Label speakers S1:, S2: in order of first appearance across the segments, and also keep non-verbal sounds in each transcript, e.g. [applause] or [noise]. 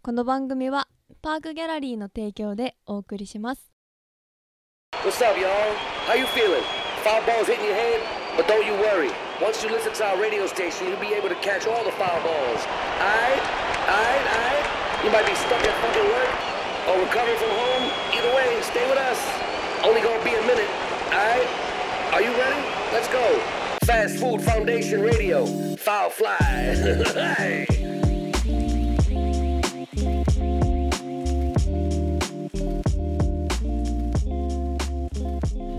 S1: この番組はパークギャラリーの提供でお送りします。
S2: What's up, y'all? How you feeling? Foul balls hitting your head? But don't you worry. Once you listen to our radio station, you'll be able to catch all the foul balls. Aight? Aight? Aight? You might be stuck at fucking work or recovering from home. Either way, stay with us. Only gonna be a minute. Aight? Are you ready? Let's go. Fast Food Foundation Radio. Foul fly. [laughs] Hey.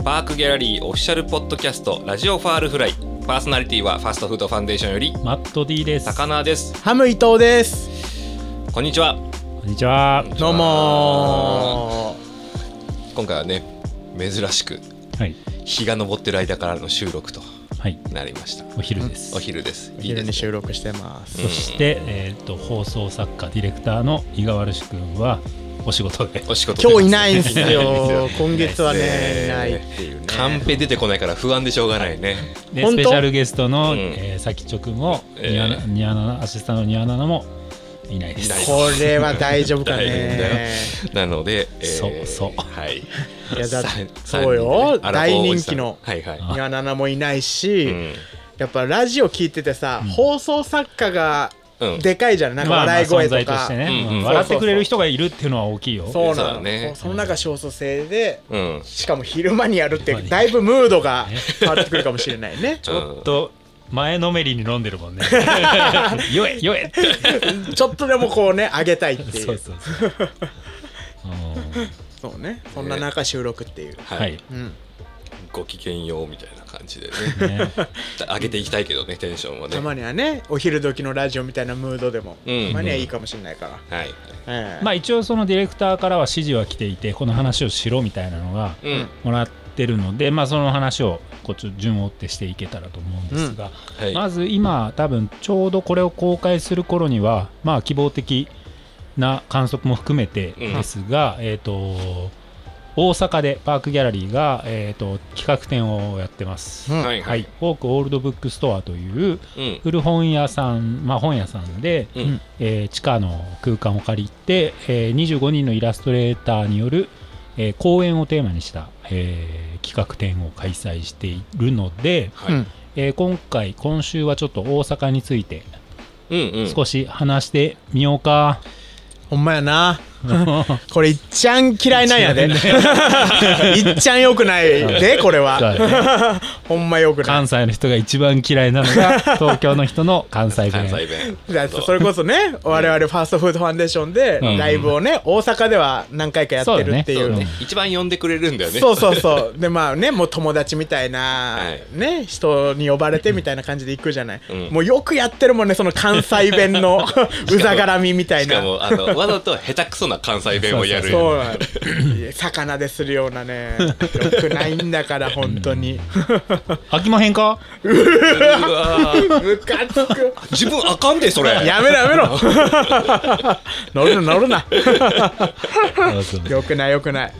S3: パークギャラリーオフィシャルポッドキャストラジオファールフライパーソナリティはファストフードファンデーションより
S4: マット D です。こ
S3: 高菜です
S5: ハム伊藤です。
S3: こんにちは
S4: んにちは。
S5: どうも
S3: 今回はね珍しく
S4: はい。
S3: 日が昇ってる間からの収録と
S4: はい。
S3: なりました
S4: お昼です。
S3: お昼です
S5: ー。
S3: いい
S5: 昼
S3: です
S5: に
S3: ね
S5: 収録してます。
S4: そして、えっ、と、放送作家、ディレクターの伊賀丸志くんは、お仕事で。
S3: お仕事
S5: 今日いないんす
S3: いないんですよ
S5: よ。今月はね、い
S3: な
S5: ないい
S3: で
S5: っていうね。
S3: カンペ出てこないから不安でしょうがないね
S4: で、
S5: 本
S4: スペ
S5: 当
S4: シャルゲストの、
S3: うん
S4: えー、さきちょくんも、
S3: えー
S4: ニワナニワナナアシスタントのニワナナもいないで
S3: い
S4: す。
S3: ないです
S5: これは大丈夫か
S3: 大変だ
S5: ね
S3: よ。なので、えー
S4: そうそう
S3: はい
S5: いやだ
S3: さ
S5: そう
S3: 三人で
S5: よ
S3: ねアラフォーおじさん
S5: 大人気の
S3: はいはい
S5: ニワナナもいないうし、
S3: ん
S5: やっぱラジオ聞いててさ、放送作家が
S3: うん
S5: でかいじゃん。なんか笑い声
S4: まあまあ存在
S5: と
S4: とし
S5: か
S4: て。ね、
S3: うんうん
S4: まあ笑ってくれる人がいるっていうのは大きいよ。
S5: そう
S3: そう
S5: な
S3: だ
S5: の
S3: ね
S5: その中少数制で、
S3: うん
S5: しかも昼間にやるって、だいぶムードが変わってくるかもしれないね。
S3: ちょ
S4: と前のめりに飲んでるもん [laughs] ね。よえよえって。
S5: ちょっとでもこうね、上げたいってい
S4: そう
S5: う。
S4: そうそう。うん
S5: そうね。そんな中収録っていう。
S3: は
S4: はいい。
S5: うん。
S3: ご機嫌ようみたいな感じでね
S4: ね
S3: 上げていきたいけどねテンションをね
S5: たまにはねお昼時のラジオみたいなムードでも、
S3: うん
S5: たまにはいいかもしれないから、
S3: はい
S5: ええ
S4: まあ一応そのディレクターからは指示は来ていてこの話をしろみたいなのが
S3: うん
S4: もらってるのでまあその話をこっち順を追ってしていけたらと思うんですが、
S3: はい
S4: まず今多分ちょうどこれを公開する頃にはまあ希望的な観測も含めてですが、えっ、と大阪でパークギャラリーが、えー、と企画展をやってます。
S5: うん
S3: はいは
S4: はいい、フォークオールドブックストアという
S3: うん
S4: 古本屋さん、まあ、本屋さんで、
S3: うん
S4: えー地下の空間を借りて、えー25人のイラストレーターによる、えー講演をテーマにした、えー企画展を開催しているので、
S3: はい
S5: うん
S4: えー今回今週はちょっと大阪について
S3: うんうん
S4: 少し話してみよう [laughs] か、
S5: ほんまやなこれいっちゃん嫌いなんやでいっちゃんよくないでこれ
S4: そう
S5: は
S4: だね
S5: ほんまよくない
S4: 関西の人が一番嫌いなの [laughs] が東京の人の関西
S3: 関
S4: 弁
S3: 西弁
S5: だってそれこそね我々ファーストフードファンデーションで
S4: うん
S5: ライブをね大阪では何回かやってるってい
S3: そう
S5: う
S3: ね一番呼んでくれるんだよね
S5: そうそうそうでまあねもう友達みたいな、
S3: はい
S5: ね人に呼ばれてみたいな感じで行くじゃない、
S3: うん
S5: もうよくやってるもんねその関西
S3: [laughs]
S5: 弁のうざがらみみたい
S3: しか
S5: な
S3: もあのわざと下手くそな関西弁をやる
S5: そうなんいや魚でするようなねよくないんだから本当に
S4: 飽きまへんか
S3: うわー
S5: ムカつく
S3: 自分あかんでそれ
S5: やめろや
S3: [laughs]
S5: めろ乗るな乗るなよくないよくない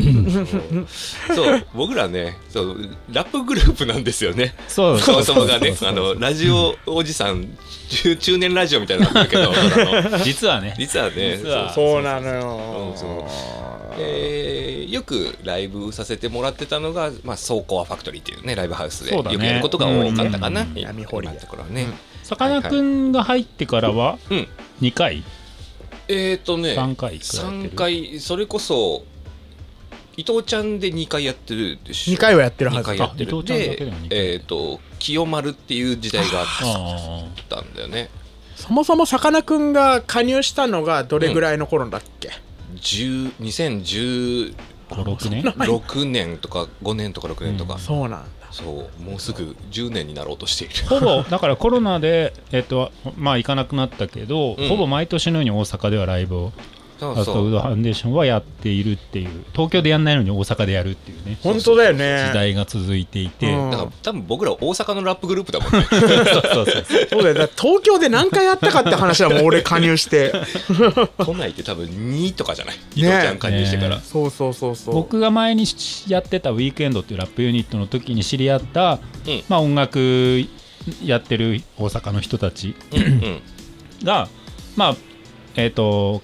S3: そう僕らねそうラップグループなんですよね
S4: そう
S3: そもそもがね
S4: そう
S3: あ
S4: そうそう
S3: のラジオおじさん中中年ラジオみたいなんだけどあの
S4: [laughs] 実はね
S3: 実はね
S4: 実は
S5: そうなの
S3: そう
S5: よ
S3: そうえーよくライブさせてもらってたのが、まあ、ソーコアファクトリーっていうねライブハウスで
S4: そ
S3: よ
S4: うだ
S3: く
S4: ね
S3: やることが多かったかな、
S4: うん
S3: 今
S5: 闇掘り
S3: 今のところはね、
S4: さかなクンが入ってからは
S3: うん
S4: 2回
S3: えっ、ー、とね
S4: 3回くらいやって
S3: 3
S4: る
S3: 回それこそ伊藤ちゃんで2回やってるでしょ
S5: 2回はやってるは
S3: 二
S5: ず
S3: 回やって
S4: あ伊
S3: る
S4: 藤ちゃんだけでも
S3: で
S4: 二回
S3: えっ、と清丸っていう時代があ
S4: ああ
S3: ったんだよね
S5: そもそもさかなクンが加入したのがどれぐらいの頃だっけ、
S3: 10 2016
S4: 56年
S3: 年とか5年とか6年とか、
S4: うん
S5: そうなんだ
S3: そうもうすぐ10年になろうとしている
S4: ほぼだからコロナで、えっと、まあ行かなくなったけど、
S3: うん
S4: ほぼ毎年のように大阪ではライブを
S3: そう
S4: ファスト
S3: そ
S4: フー
S3: う
S4: ドファンデーションはやっているっていう東京でやんないのに大阪でやるっていうね
S5: 本当だよね
S4: 時代が続いていて、
S5: うん
S3: だから多分僕ら大阪のラップグループだもんね
S4: [laughs] そうそうそう
S5: そうだよだから東京で何回やったかって話はもう俺加入して
S3: 都内って多分2とかじゃない伊藤ちゃん加入してから、
S4: ね
S5: [laughs] そうそうそうそ
S4: [laughs]
S5: う
S4: 僕が前にやってたウィークエンドっていうラップユニットの時に知り合った、まあ、音楽やってる大阪の人たち
S3: うんうん
S4: が、まあえっと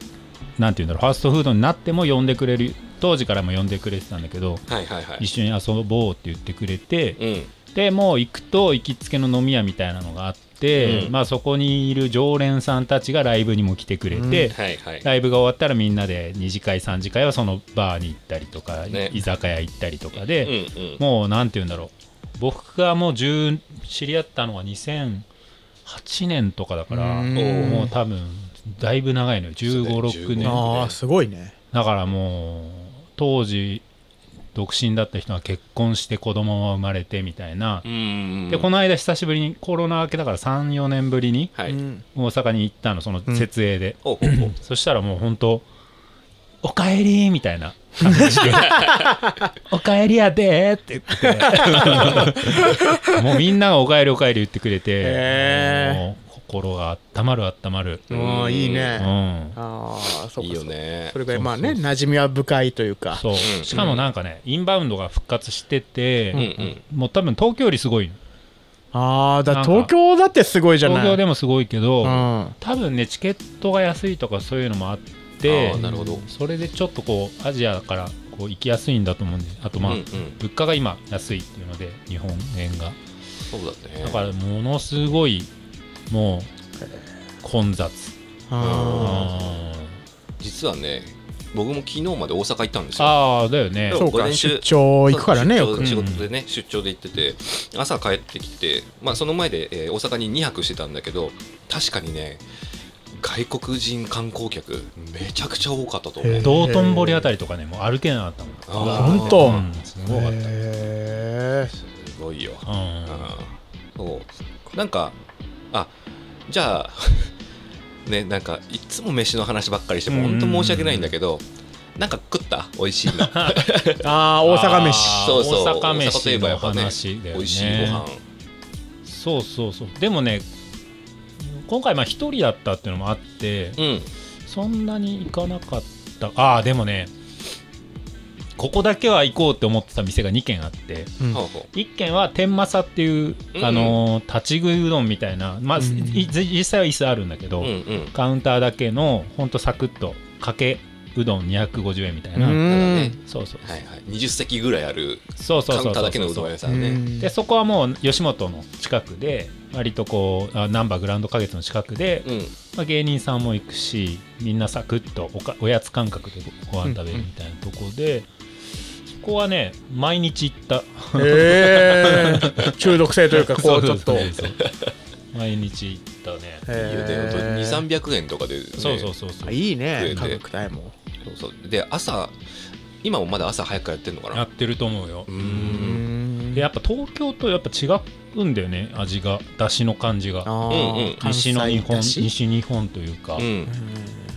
S4: なんていうんだろうファストフードになっても呼んでくれる当時からも呼んでくれてたんだけど
S3: はいはいは
S4: 一
S3: い
S4: 緒に遊ぼうって言ってくれて、
S3: うん
S4: でもう行くと行きつけの飲み屋みたいなのがあって、
S3: うん
S4: まあ、そこにいる常連さんたちがライブにも来てくれて、
S3: はいはい
S4: ライブが終わったらみんなで2次会3次会はそのバーに行ったりとか、
S3: ね
S4: 居酒屋行ったりとか
S3: うんう
S4: で、
S3: ん
S4: もうなんて言うんだろう僕がもう10知り合ったのは2008年とかだから、
S5: うん
S4: もう多分だいぶ長いのよ1 5 6
S3: ね
S4: 年
S5: ああすごいね
S4: だからもう当時独身だった人が結婚して子供が生まれてみたいな、
S3: うん
S4: でこ
S3: の
S4: の間久しぶりにコロナ明けだから34年ぶりに
S3: は
S5: う
S3: い
S5: ん
S4: 大阪に行ったのその設営で、
S3: おうおうおう
S4: そしたらもう本当おかえり」みたいな
S3: [laughs]
S4: 感じで「おかえりやで」っ
S3: [laughs]
S4: て言ってもうみんなが「おかえりおかえり」言ってくれて、
S5: へー
S4: もう心が温まる温まる、
S5: ああいい
S4: うん
S5: ねああそうかそう
S3: いいよね
S5: それぐらいまあね馴染みは深いというか
S4: そう
S3: うん
S4: しかもなんかねインバウンドが復活してて、
S3: うん
S4: もう多分東京よりすごいの
S5: ああ
S4: な
S5: だ
S4: んか
S5: 東京だってすごいじゃない
S4: 東京でもすごいけど、
S5: うん
S4: 多分ねチケットが安いとかそういうのもあ
S3: あ
S4: って
S3: ーなるほど
S4: それでちょっとこうアジアからこう行きやすいんだと思うんであと
S3: うん
S4: まあ、
S3: うんうん
S4: 物価が今安いっていうので日本円が
S3: そうだね
S4: だからものすごいもう混雑
S5: あ
S4: あ
S3: 実はね僕も昨日まで大阪行ったんですよ
S4: あーだよね
S5: あそう
S3: 午
S5: か
S3: 前中
S5: 出張行くからね
S3: そう
S5: よく
S3: 出張仕事でね、出張で行ってて朝帰ってきて、まあ、その前で、えー大阪に2泊してたんだけど確かにね外国人観光客めちゃくちゃ多かったと思
S5: へ
S3: う
S5: ー
S4: 道頓堀あたりとかねもう歩けなかったもん
S3: あー
S5: ほんと
S4: うんすごかった、
S5: へえ
S3: すごいよ、
S4: うん
S3: うんそうなんかあじゃあ [laughs] ねなんかいつも飯の話ばっかりしても
S4: うん
S3: 本当申し訳ないんだけどなんか食った美味し
S4: [laughs]
S3: いの
S5: ああ大阪
S4: あ
S5: 飯
S4: ー
S3: そうそう
S4: 大阪
S3: 大阪とい
S4: 飯
S3: えばや
S4: の
S3: っぱね
S4: 話だよね
S3: 美味しいご飯
S4: そうそうそうでもね今回まあ一人だったっていうのもあって
S3: うん
S4: そんなに行かなかったああでもねここだけは行こうって思ってた店が2軒あって
S5: うん
S3: ほうほ
S4: 1軒は天正っていう、
S3: うん
S4: あのー立ち食いうどんみたいな、まあ
S5: うん
S4: い実際は椅子あるんだけど、
S3: ううんうん
S4: カウンターだけのほんとサクッとかけうどん250円みたいうな、
S5: ん
S4: そうそう
S3: はいはい、20席ぐらいある
S4: そうそ
S3: カ
S4: う
S3: ウ
S4: そ
S3: ン
S4: う
S3: ターだけのうどん屋さんね。
S4: でそこはもう吉本の近くで割とこうあナンバーグランド花月の近くで、
S3: うん、
S4: まあ、芸人さんも行くしみんなサクッとおかおやつ感覚でごご飯食べるみたいなとこで、そこはね毎日行った
S5: へえ中毒性というかこうちょっ
S4: そ
S5: と
S4: うそうそうそう毎日行ったね
S3: いいよね
S5: へー
S3: 本当に2300円とかで、ね、
S4: そうそうそうそう
S5: あいいね
S3: 増
S5: 価
S3: えて
S5: 格帯も
S3: そうそうで朝今もまだ朝早くからやってんのか
S4: や
S3: な
S4: ってると思うよ
S3: うー
S5: うんん
S4: でやっぱ東京とやっぱ違うんだよね味が出汁の感じが
S5: あ
S3: うんうん
S5: ー関
S4: 西
S5: 西
S4: の日本
S5: だし
S4: 西日本というか、
S3: うん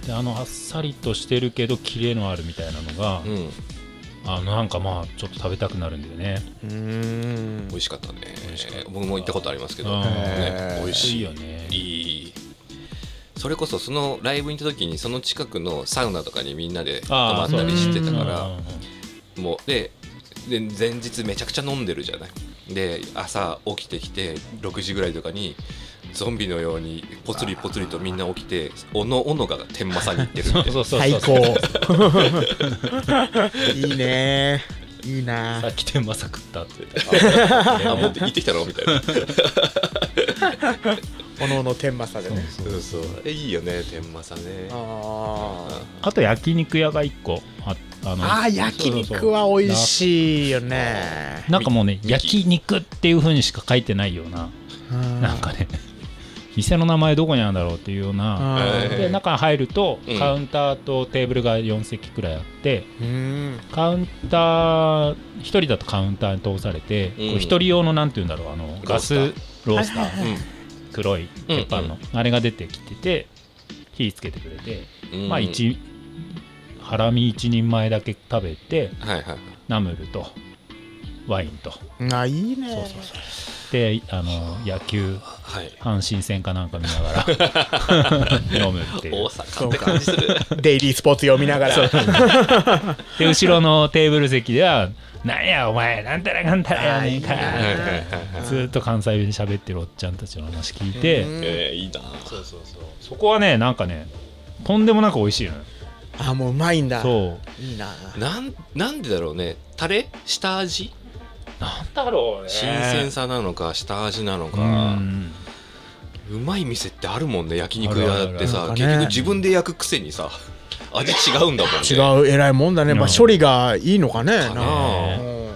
S4: であのあっさりとしてるけどキレのあるみたいなのが、
S3: うん
S4: あのなんかまあちょっと食べたくなるんだよね
S5: うーん
S3: 美味しかったね
S4: 美味しかった
S3: 僕も行ったことありますけど、
S4: うん
S3: ね、美味しい
S4: いいよね
S3: いいそれこそそのライブに行った時にその近くのサウナとかにみんなで泊ま
S4: あ
S3: っ
S4: あ
S3: たりしてたか
S4: うんうん
S3: ら
S4: うん
S3: もうでで前日めちゃくちゃ飲んでるじゃないで朝起きてきて6時ぐらいとかにゾンビのようにぽつりぽつりとみんな起きておのおのが天満さんに行ってるみたい
S4: [laughs] そ
S3: な
S4: うそうそ
S3: [laughs]
S4: う
S5: 最
S4: そう
S5: 高いいねいい
S4: さ
S5: な
S4: っき天まさ食ったって言って
S3: あ持って行ってきたのみたいな
S5: 炎の天正でね
S3: そうそうえいいよね天満さんね
S5: あ
S4: あと焼肉屋が一個ああ
S5: ー
S4: の
S5: あー焼肉は美味しいよね
S4: なんかもうね
S3: ミキ
S4: 焼肉っていう風にしか書いてないようななんかね店の名前どこにあるんだろうっていうような
S3: うん
S4: で中入ると
S3: うん
S4: カウンターとテーブルが4席くらいあって
S5: うん
S4: カウンター1人だとカウンターに通されてこう
S3: うん
S4: 1人用のなんて言うんだろうあのガス
S3: ロー
S4: ロースター
S3: うん
S4: 黒い鉄板のあれが出てきてて火つけてくれて
S3: うん
S4: まあ一ハラミ1人前だけ食べて
S3: はいはいはい
S4: ナムルとワインと
S5: あいいね
S4: そうそうそうであの野球
S3: はい
S4: 阪神戦かなんか見なが [laughs] ら飲むってい
S3: 大
S4: う
S3: 阪って感じする
S5: デイリースポーツ読みながら
S4: で後ろのテーブル席では「なんやお前なんたらかんたらやねんか」
S5: あ
S3: はいはいはいはい
S4: ずっと関西弁で喋ってるおっちゃんたちの話聞いて
S5: うん
S3: えーいいなそうそうそう
S4: そこはねなんかねとんでもなく美味しいのよ
S5: あもううまいんだ
S4: そう
S5: いいな
S3: なんなんでだろうねタレ下味
S4: なんだろうね
S3: 新鮮さなのか下味なの
S4: う
S3: か、
S4: ん
S3: うまい店ってあるもんね焼肉
S4: あるある
S3: 屋だって
S5: ある
S3: さ
S5: なんかね
S3: 結局自分で焼くくせにさ味違うんだもんね
S5: 違う偉いもんだね、まあ、
S4: うん
S5: 処理がいいのかね
S3: か
S5: な
S3: な
S5: うん
S3: ね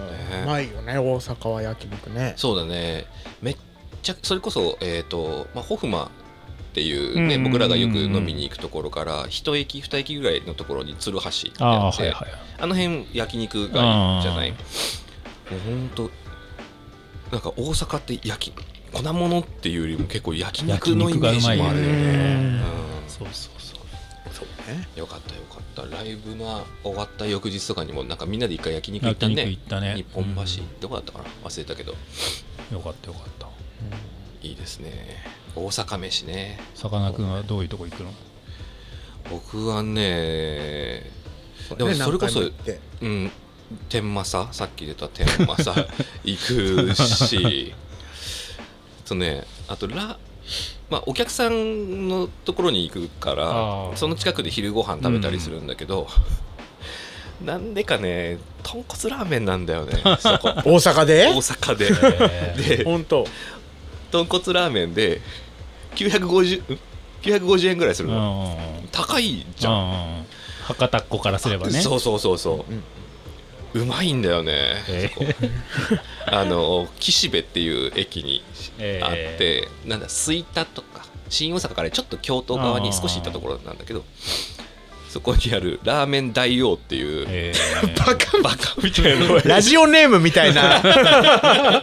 S5: うまいよね大阪は焼肉ね
S3: そうだねめっちゃそれこそえっ、と、まあ、ホフマっていうね、
S5: うん
S3: 僕らがよく飲みに行くところから一駅二駅ぐらいのところに鶴橋って
S4: あ
S3: あ
S4: あ
S3: ってあ,、
S4: はいはい
S3: の辺焼肉がいいじゃない
S4: あ
S3: もうほんとなんか大阪って焼き粉物っていうよりも結構焼肉のイメージもあるよ
S5: 焼肉がうまい
S3: ね
S5: よね
S3: うん
S4: そうそうそう
S5: そうね
S3: よかったよかったライブが終わった翌日とかにもなんかみんなで一回焼肉行った
S4: 焼肉
S3: ね
S4: 行ったね
S3: 日本橋、どこだったかな忘れたけど
S4: うんよかったよかった
S3: いいですね大阪飯ね
S4: さかなクンはどういうとこ行くの
S3: 僕はね
S5: そう
S3: でもそれこそ
S5: ね何回も行って
S3: うん天満ささっき出た天
S4: [laughs]
S3: 満さ行くしとねあとラまあお客さんのところに行くか
S4: あー
S3: らその近くで昼ご飯食べたりするんだけど、なんでかね豚骨ラーメンなんだ
S4: [laughs]
S3: よねそこ
S5: 大阪で
S3: 大阪でで
S5: 本当
S3: 豚骨ラーメンで950ん950円ぐらいするの、
S4: う
S3: 高いじゃん
S4: ん博多っ子からすればね
S3: そうそうそうそう、うまいんだよね、
S4: え
S3: そこ
S4: [laughs]
S3: あの岸辺っていう駅に
S4: ええ
S3: あって、なんだ吹田とか新大阪からちょっと京都側に少し行ったところなんだけどそこにあるラーメン大王っていう、 [laughs]
S4: え
S3: バカバカみたいな
S5: ラジオネームみた
S3: [laughs]
S5: いな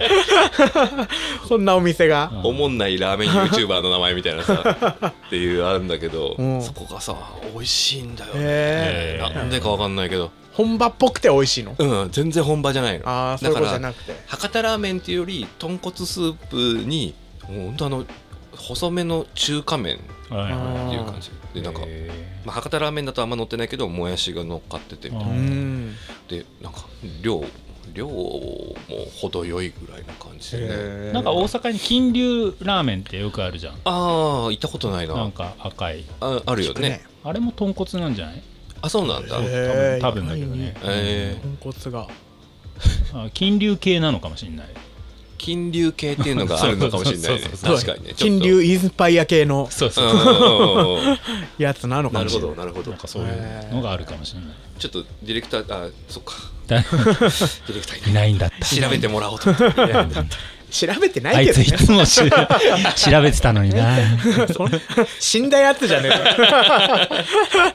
S5: そんなお店が
S4: ー
S3: おもんないラーメン YouTuber の名前みたいな
S4: [laughs]
S3: さっていうあるんだけど、
S5: うん
S3: そこがさ美味しいんだよね、
S5: へえ
S4: え
S3: なんでかわかんないけど、
S5: 本場っぽくて美味しいの
S3: うん、全然本場じゃないの
S5: ああそういうことじゃなくて
S3: 博多ラーメンっていうより豚骨スープにもうほんとあの細めの中華麺っ
S4: はいは
S5: あ
S3: て
S5: ー
S3: いう感じで
S4: い
S3: なんか、
S4: え
S3: まあ、博多ラーメンだとあんま乗ってないけどもやしが乗っかっててみたい
S5: うん
S3: な
S4: あ
S5: ん
S3: でなんか量量も程よいぐらいの感じでね
S4: ーなんか大阪に金龍ラーメンってよくあるじゃん
S3: ああ行ったことない
S4: な
S3: なん
S4: か赤い
S3: ああるよね
S4: あれも豚骨なんじゃない
S3: あそうなんだへ
S5: へえ
S4: 多分だけどね
S3: え
S5: 豚骨が
S4: あ金龍系なのかもしれない
S3: 金流系っていうのがあるのかもしれないね
S4: そうそうそ
S3: 確
S4: う
S3: かにねちょっ
S5: 金
S3: と
S5: 流インスパイア系の
S4: そう
S3: うん
S4: そううん
S3: うんうんうん
S5: やつなのか
S3: な
S5: も
S3: る
S5: し
S3: ほ
S5: れ
S3: ど
S5: ない
S3: なるほど
S4: なんかそういうのがあるかもしれない
S3: ちょっとディレクターあそっか
S4: だ
S3: ディレクターいない
S4: [laughs] いないんだった
S3: 調べてもらおうと思って
S5: 調べてな
S4: あ
S5: い
S4: い
S5: け
S4: つ
S5: ど
S4: い
S5: ね
S4: つもし [laughs] 調べてたのに
S5: [laughs]
S4: な
S5: そん死んだやつじゃねえか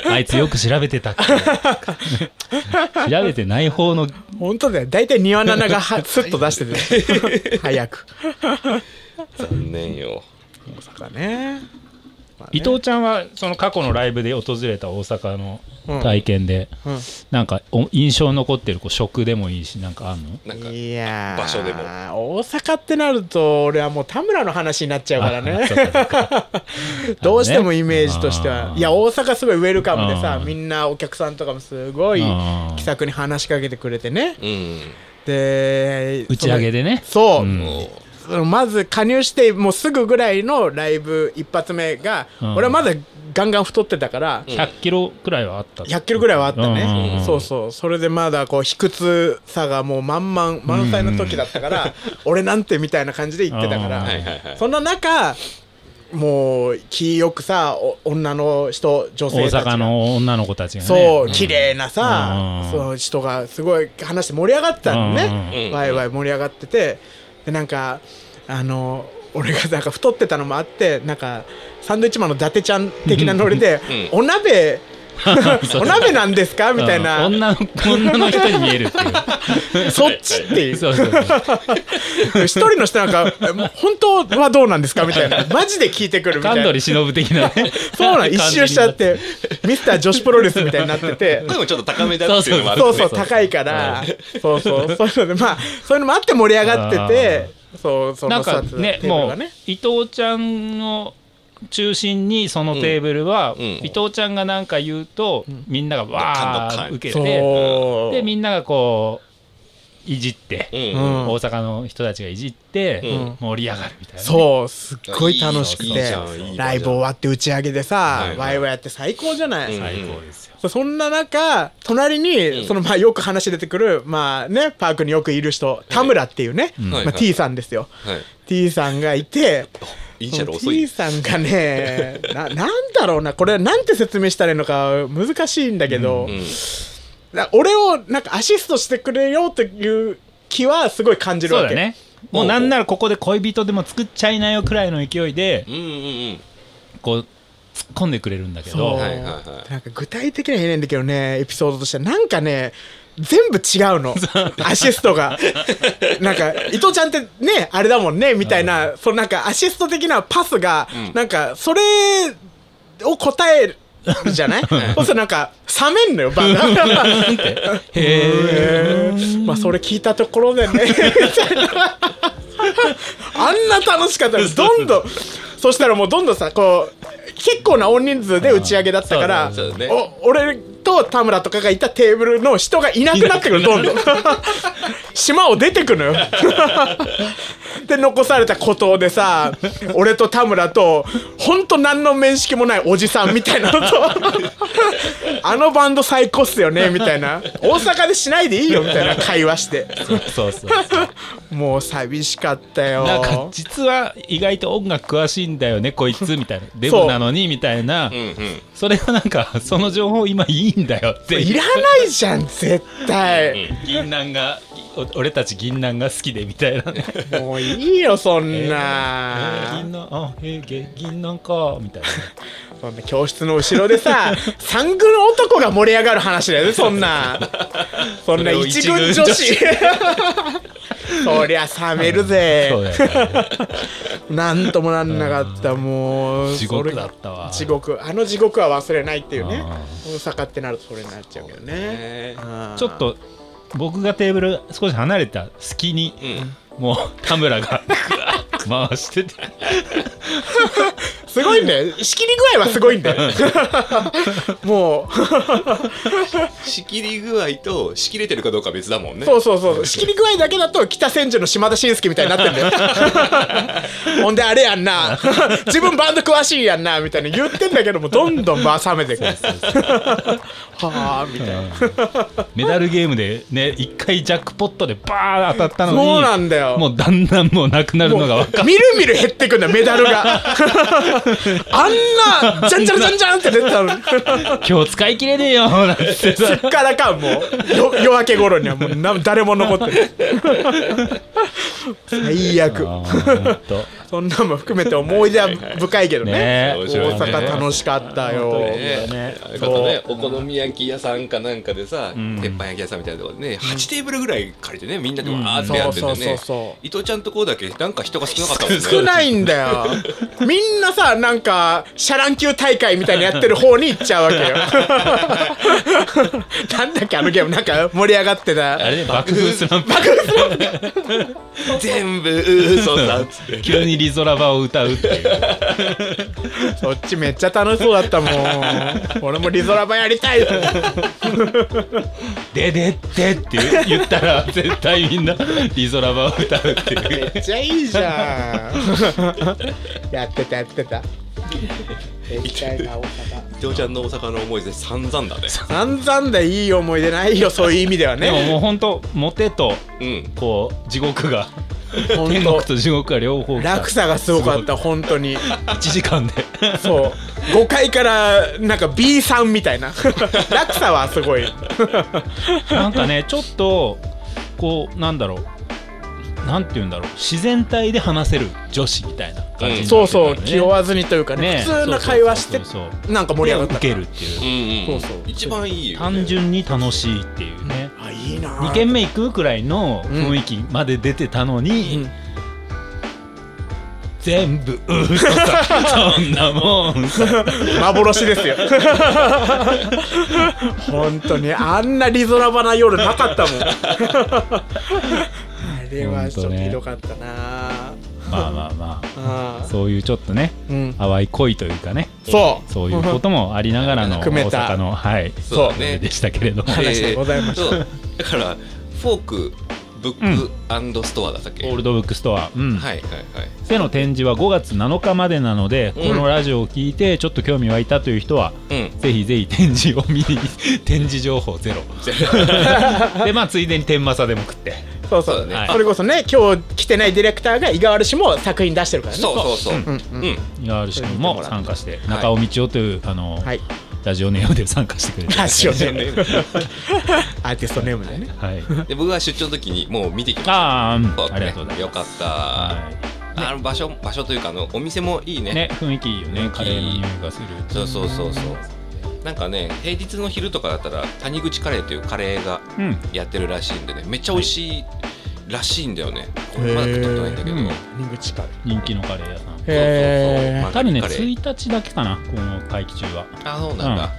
S4: [laughs] あいつよく調べて
S5: [laughs]
S4: たっけ調べてない方の
S5: 本当だよ大体庭菜々
S4: [laughs]
S5: がはスッと出してて [laughs] 早く
S3: [laughs] 残念よ
S5: 大阪ねまあね
S4: 伊藤ちゃんはその過去のライブで訪れた大阪の
S5: うん
S4: 体験で、
S5: うん
S4: なんかお印象残ってるこう食でもいいしなんかあんの
S3: なんか
S5: いやー
S3: 場所でも
S5: 大阪ってなると俺はもう田村の話になっちゃうから
S4: あ
S5: ね
S4: そっかそっか
S5: [laughs] どうしてもイメージとして
S4: あ
S5: は
S4: ー
S5: いや大阪すごいウェルカムでさ
S4: あー
S5: みんなお客さんとかもすごい
S4: あー
S5: 気さくに話しかけてくれてね
S3: うん
S5: で
S4: 打ち上げでね
S5: そう、
S4: うん
S3: もう
S5: そのまず加入してもうすぐぐらいのライブ一発目が、
S4: うん
S5: 俺はまだガンガン太ってたから、
S3: ん
S4: 100キロくらいはあった
S5: 100キロぐらいはあったね、
S4: うん
S5: そうそうそれでまだこう卑屈さがもう満々満載の時だったから、俺なんてみたいな感じで言ってたから、
S4: うん
S3: はいはいはい
S5: そんな中もう気よくさお女の人女
S4: 大
S5: 性たち
S4: 阪
S5: が
S4: の女の子たちがね
S5: そう、
S4: ん
S5: 綺麗なさ、
S4: うん
S5: その人がすごい話して盛り上がってたのね、
S3: うん
S5: ワイワイ盛り上がっててでなんかあの俺が [laughs] なんか太ってたのもあってなんかサンドイッチマンの伊達ちゃん的なノリで「お鍋お鍋なんですか?」みたいな、
S4: うん女の女の人に見えるってい
S5: そっちって [laughs] いうう
S4: そうそうそう
S5: 一人の人なんかえ「もう本当はどうなんですか?」みたいなマジで聞いてくるみた
S4: 神
S5: い
S4: 取
S5: な。
S4: 忍的なね
S5: そうなん一周しちゃってミスター女子プロレスみたいになってて
S3: 声もちょっと高めだっていうのもある
S5: そ
S3: よ
S5: う
S3: ね
S5: そう高いからそ
S3: [laughs]
S5: うそうそういうのでまあそういうのもあって盛り上がっててそうそ
S4: なん
S5: の
S4: か
S5: 座ってた
S4: ね
S5: テーブル
S4: もう
S5: がね
S4: 伊藤ちゃんを中心にそのテーブルは、
S3: んうん
S4: 伊藤ちゃんが何か言うと、みんながわ
S3: ドカンド
S4: ー
S3: カン
S4: 受けて
S5: そう
S4: でみんながこういじって、
S3: うん
S5: うん
S4: 大阪の人たちがいじって、
S3: うん
S4: 盛り上がるみたいなね、
S5: そうすっごい楽しく
S3: いい
S5: て
S3: じゃんいいじゃん
S5: ライブ終わって打ち上げで
S3: は
S5: さ
S3: いはい
S5: ワイワイやって最高じゃない、
S3: うん
S4: 最高ですよ、
S5: そんな中隣に、
S3: うん
S5: そのまあよく話出てくるまあねパークによくいる人田村っていうね、
S4: ん
S3: はい
S5: まあ、T さんですよ、
S3: はい。
S5: T さんがいて
S3: イニシャル
S5: その
S3: 遅
S5: T
S3: い。
S5: さんがねな [laughs] なんだろうなこれなんて説明したらいいのか難しいんだけど、
S3: うん
S5: な俺をなんかアシストしてくれようという気はすごい感じる
S4: そう
S5: わ
S4: だ
S5: け、
S4: ねもうなんならここで恋人でも作っちゃいなよくらいの勢いで
S3: うんうん
S4: こう突っ込んでくれるんだけ
S5: そう
S4: ど
S3: はいはいはい
S5: なんか具体的には言えないんだけどねエピソードとしてはなんかね全部違う
S3: [laughs]
S5: のアシストがなんか伊藤ちゃんってねあれだもんねみたいな、そのなんかアシスト的なパスが、
S3: うん
S5: なんかそれを答えるじ
S3: [laughs]
S5: ゃないそうするとなんか冷めんのよ場がへーまあそれ聞いたところでね [laughs] みたいなあんな楽しかったですどんどんそしたらもうどんどんさこう結構な大人数で打ち上げだったから、
S4: うん
S3: そうだね
S5: お俺と田村とかがいたテーブルの人がいなくなってくるど
S4: [laughs]
S5: んどん島を出てくのよで残された孤島でさ俺と田村とほんと何の面識もないおじさんみたいなのとあのバンド最高っすよねみたいな大阪でしないでいいよみたいな会話して
S4: そうそうそう
S5: もう寂しかったよ
S4: なんか実は意外と音楽詳しいんだ [laughs] よねこいつみたいなデブなのにみたいな
S3: うんうん。
S4: それはなんかその情報今いいんだよって
S5: いらないじゃん絶対
S4: 銀杏がお俺たち銀杏が好きでみた [laughs] いなね
S5: もういいよそん
S4: えー
S5: な
S4: 銀杏あへえげ銀杏かみ [laughs] たいな
S5: そんな教室の後ろで [laughs] さ三軍男が盛り上がる話だよねそんなそんな一軍女子そりゃ冷める
S4: そう
S5: ぜ
S4: だよ [laughs] ね
S5: なんともなんなかったもう
S4: 地獄だったわ
S5: 地獄あの地獄は忘れないっていうね
S4: あ
S5: 大阪ってなるとそれになっちゃうけどね
S3: えー
S5: あー
S4: ちょっと僕がテーブル少し離れた隙に
S3: うん
S4: もう田村 [laughs] がぐわー回してて
S5: すごいんだよ仕切り具合はすごいんだよ [laughs] も
S3: 仕切り具合と仕切れてるかどうかは別だもん
S5: う
S3: ね。
S5: そうそうそう仕切り具合だけだと北千住の島田紳介みたいになってん
S4: [laughs]
S5: だよほんであれやんな自分バンド詳しいやんなみたいな言ってんだけどもどんどんまあ冷めて
S4: [laughs]
S5: くるはあみたいな
S4: メダルゲームでね一回ジャックポットでバーン当たったのに
S5: そうなんだよ
S4: もうだんだんもうなくなるのが分か
S5: みるみる減ってくんだメダル
S4: [laughs]
S5: があんなじゃんじゃんじゃんじゃんって出てたの
S4: る
S5: に
S4: 今日使い切れねえよ
S5: [laughs]
S4: なんてさ
S5: すっからかんもうよ夜明け頃にはもうな誰も残ってない
S4: [laughs]
S5: 最悪
S4: あーほんと
S5: そんなんも含めて思い出は深いけどね
S4: ね
S5: 大
S3: 面白いね
S5: 阪楽しかったよ、
S3: ね
S4: ね
S3: ああいうことねお好み焼き屋さんかなんかでさ、鉄板焼き屋さんみたいなところでね8テーブルぐらい借りてねみんなでわーってやってて
S5: うんそうそうそう
S3: ね
S5: そ
S3: 伊藤ちゃんとこだけなんか人が少なかったもんね
S5: 少ないんだよみんなさなんかシャラン級大会みたいなやってる方に行っちゃうわけよ [laughs] なんだっけあのゲームなんか盛り上がってた
S4: あれね爆風スランプ
S3: 全部嘘だっつって
S4: 急にリゾラバを歌うっていう
S5: そっちめっちゃ楽しそうだったもん俺もリゾラバやりたい
S4: 「ででって」って言ったら絶対みんなリゾラバを歌うっていう
S5: めっちゃいいじゃんやってたやってた絶対な大阪
S3: 伊藤ちゃんの大阪の思い出散々だね
S5: 散々でいい思い出ないよそういう意味では
S4: でも
S5: ね
S4: もうほんとモテと
S3: うん
S4: こう地獄が
S5: ほん
S4: 天
S5: と
S4: 国と地獄が両方来た
S5: 落差がすごかった本当に
S4: 1時間で
S5: そう5階からなんか B さんみたいな [laughs] 落差はすごい
S4: なんかねちょっとこうなんだろうなんて言うんだろう自然体で話せる女子みたいな感じになってた
S5: そ
S4: よね
S5: うそう気負わずにというかね普通の会話して
S4: そうそうそう
S5: なんか盛り上がっ
S4: 受
S5: たか
S4: け
S5: ら
S4: るっていううん
S3: うん
S5: そうそう
S3: 一番いいよね
S4: 単純に楽しいっていうね
S5: あいいな
S4: 2軒目行くくらいの雰囲気まで出てたのに、
S5: うん
S4: 全部嘘さそんなもんさ
S5: 幻ですよ [laughs] 本当にあんなリゾラバな夜なかったもん [laughs] あれはちょっとひどかったな、
S4: まあまあまあ
S5: あ
S4: そういうちょっとね
S5: ーうん
S4: 淡い恋というかね
S5: そう
S4: そういうこともありながらの大
S5: [laughs] 含めた
S4: 阪のはい
S3: そうだ
S4: 思い
S3: ね
S4: でしたけれども
S5: 話でございました
S3: そうだからフォークブックストアだったっけ、
S4: オールドブックストア、う
S3: は
S4: ん
S3: いはいはい
S4: での展示は5月7日までなので、
S3: うん
S4: このラジオを聞いてちょっと興味湧いたという人は
S3: うん
S4: ぜひぜひ展示を見に [laughs] 展示情報ゼロ [laughs] でまあついでに天正でも食って
S5: そうそう
S3: そうだね
S5: それこそね今日来てないディレクターが伊賀原氏も作品出してるからね
S3: そうそうそう、
S5: うん
S3: う
S5: うんん
S4: 岩原君も参加して中尾道夫という、あの
S5: はい
S4: ラジオネームで参加してくれて
S5: ラジオネーム [laughs] アーティストネームだよね
S4: はい
S3: で僕は出張の時にもう見てきました
S4: ああ、うん
S3: そうだね
S4: ありがとうござい
S3: よ
S4: ます
S3: かった、
S4: は
S3: あの場所場所というかあのお店もいいね
S4: いね雰囲気いいよね
S3: 雰囲気
S4: カレーの匂いがする
S3: そうそうそうそうなんかね平日の昼とかだったら谷口カレーというカレーが
S4: うん
S3: やってるらしいんでねめっちゃ美味しいらしいんだよね、俺まだ食ったことないんだけど、
S4: へーうん
S5: 谷口か
S4: 人気のカレー屋さん
S3: そうそう
S5: へ
S3: そう
S4: 多分ね
S3: マグロカレー
S4: 1日だけかなこの会期中は
S3: あそうなんだ、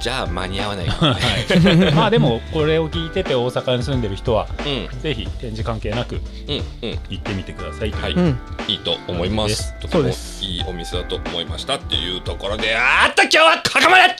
S3: じゃあ間に合わない、
S4: [laughs] はい、 [laughs] まあでもこれを聞いてて大阪に住んでる人は
S3: うん
S4: ぜひ展示関係なく
S3: うんうん
S4: 行ってみてください、
S3: はい、
S5: うん
S3: いいと思います
S4: です
S3: とて
S5: そう
S3: も
S5: で
S3: いいお店だと思いましたっていうところであった今日はここまで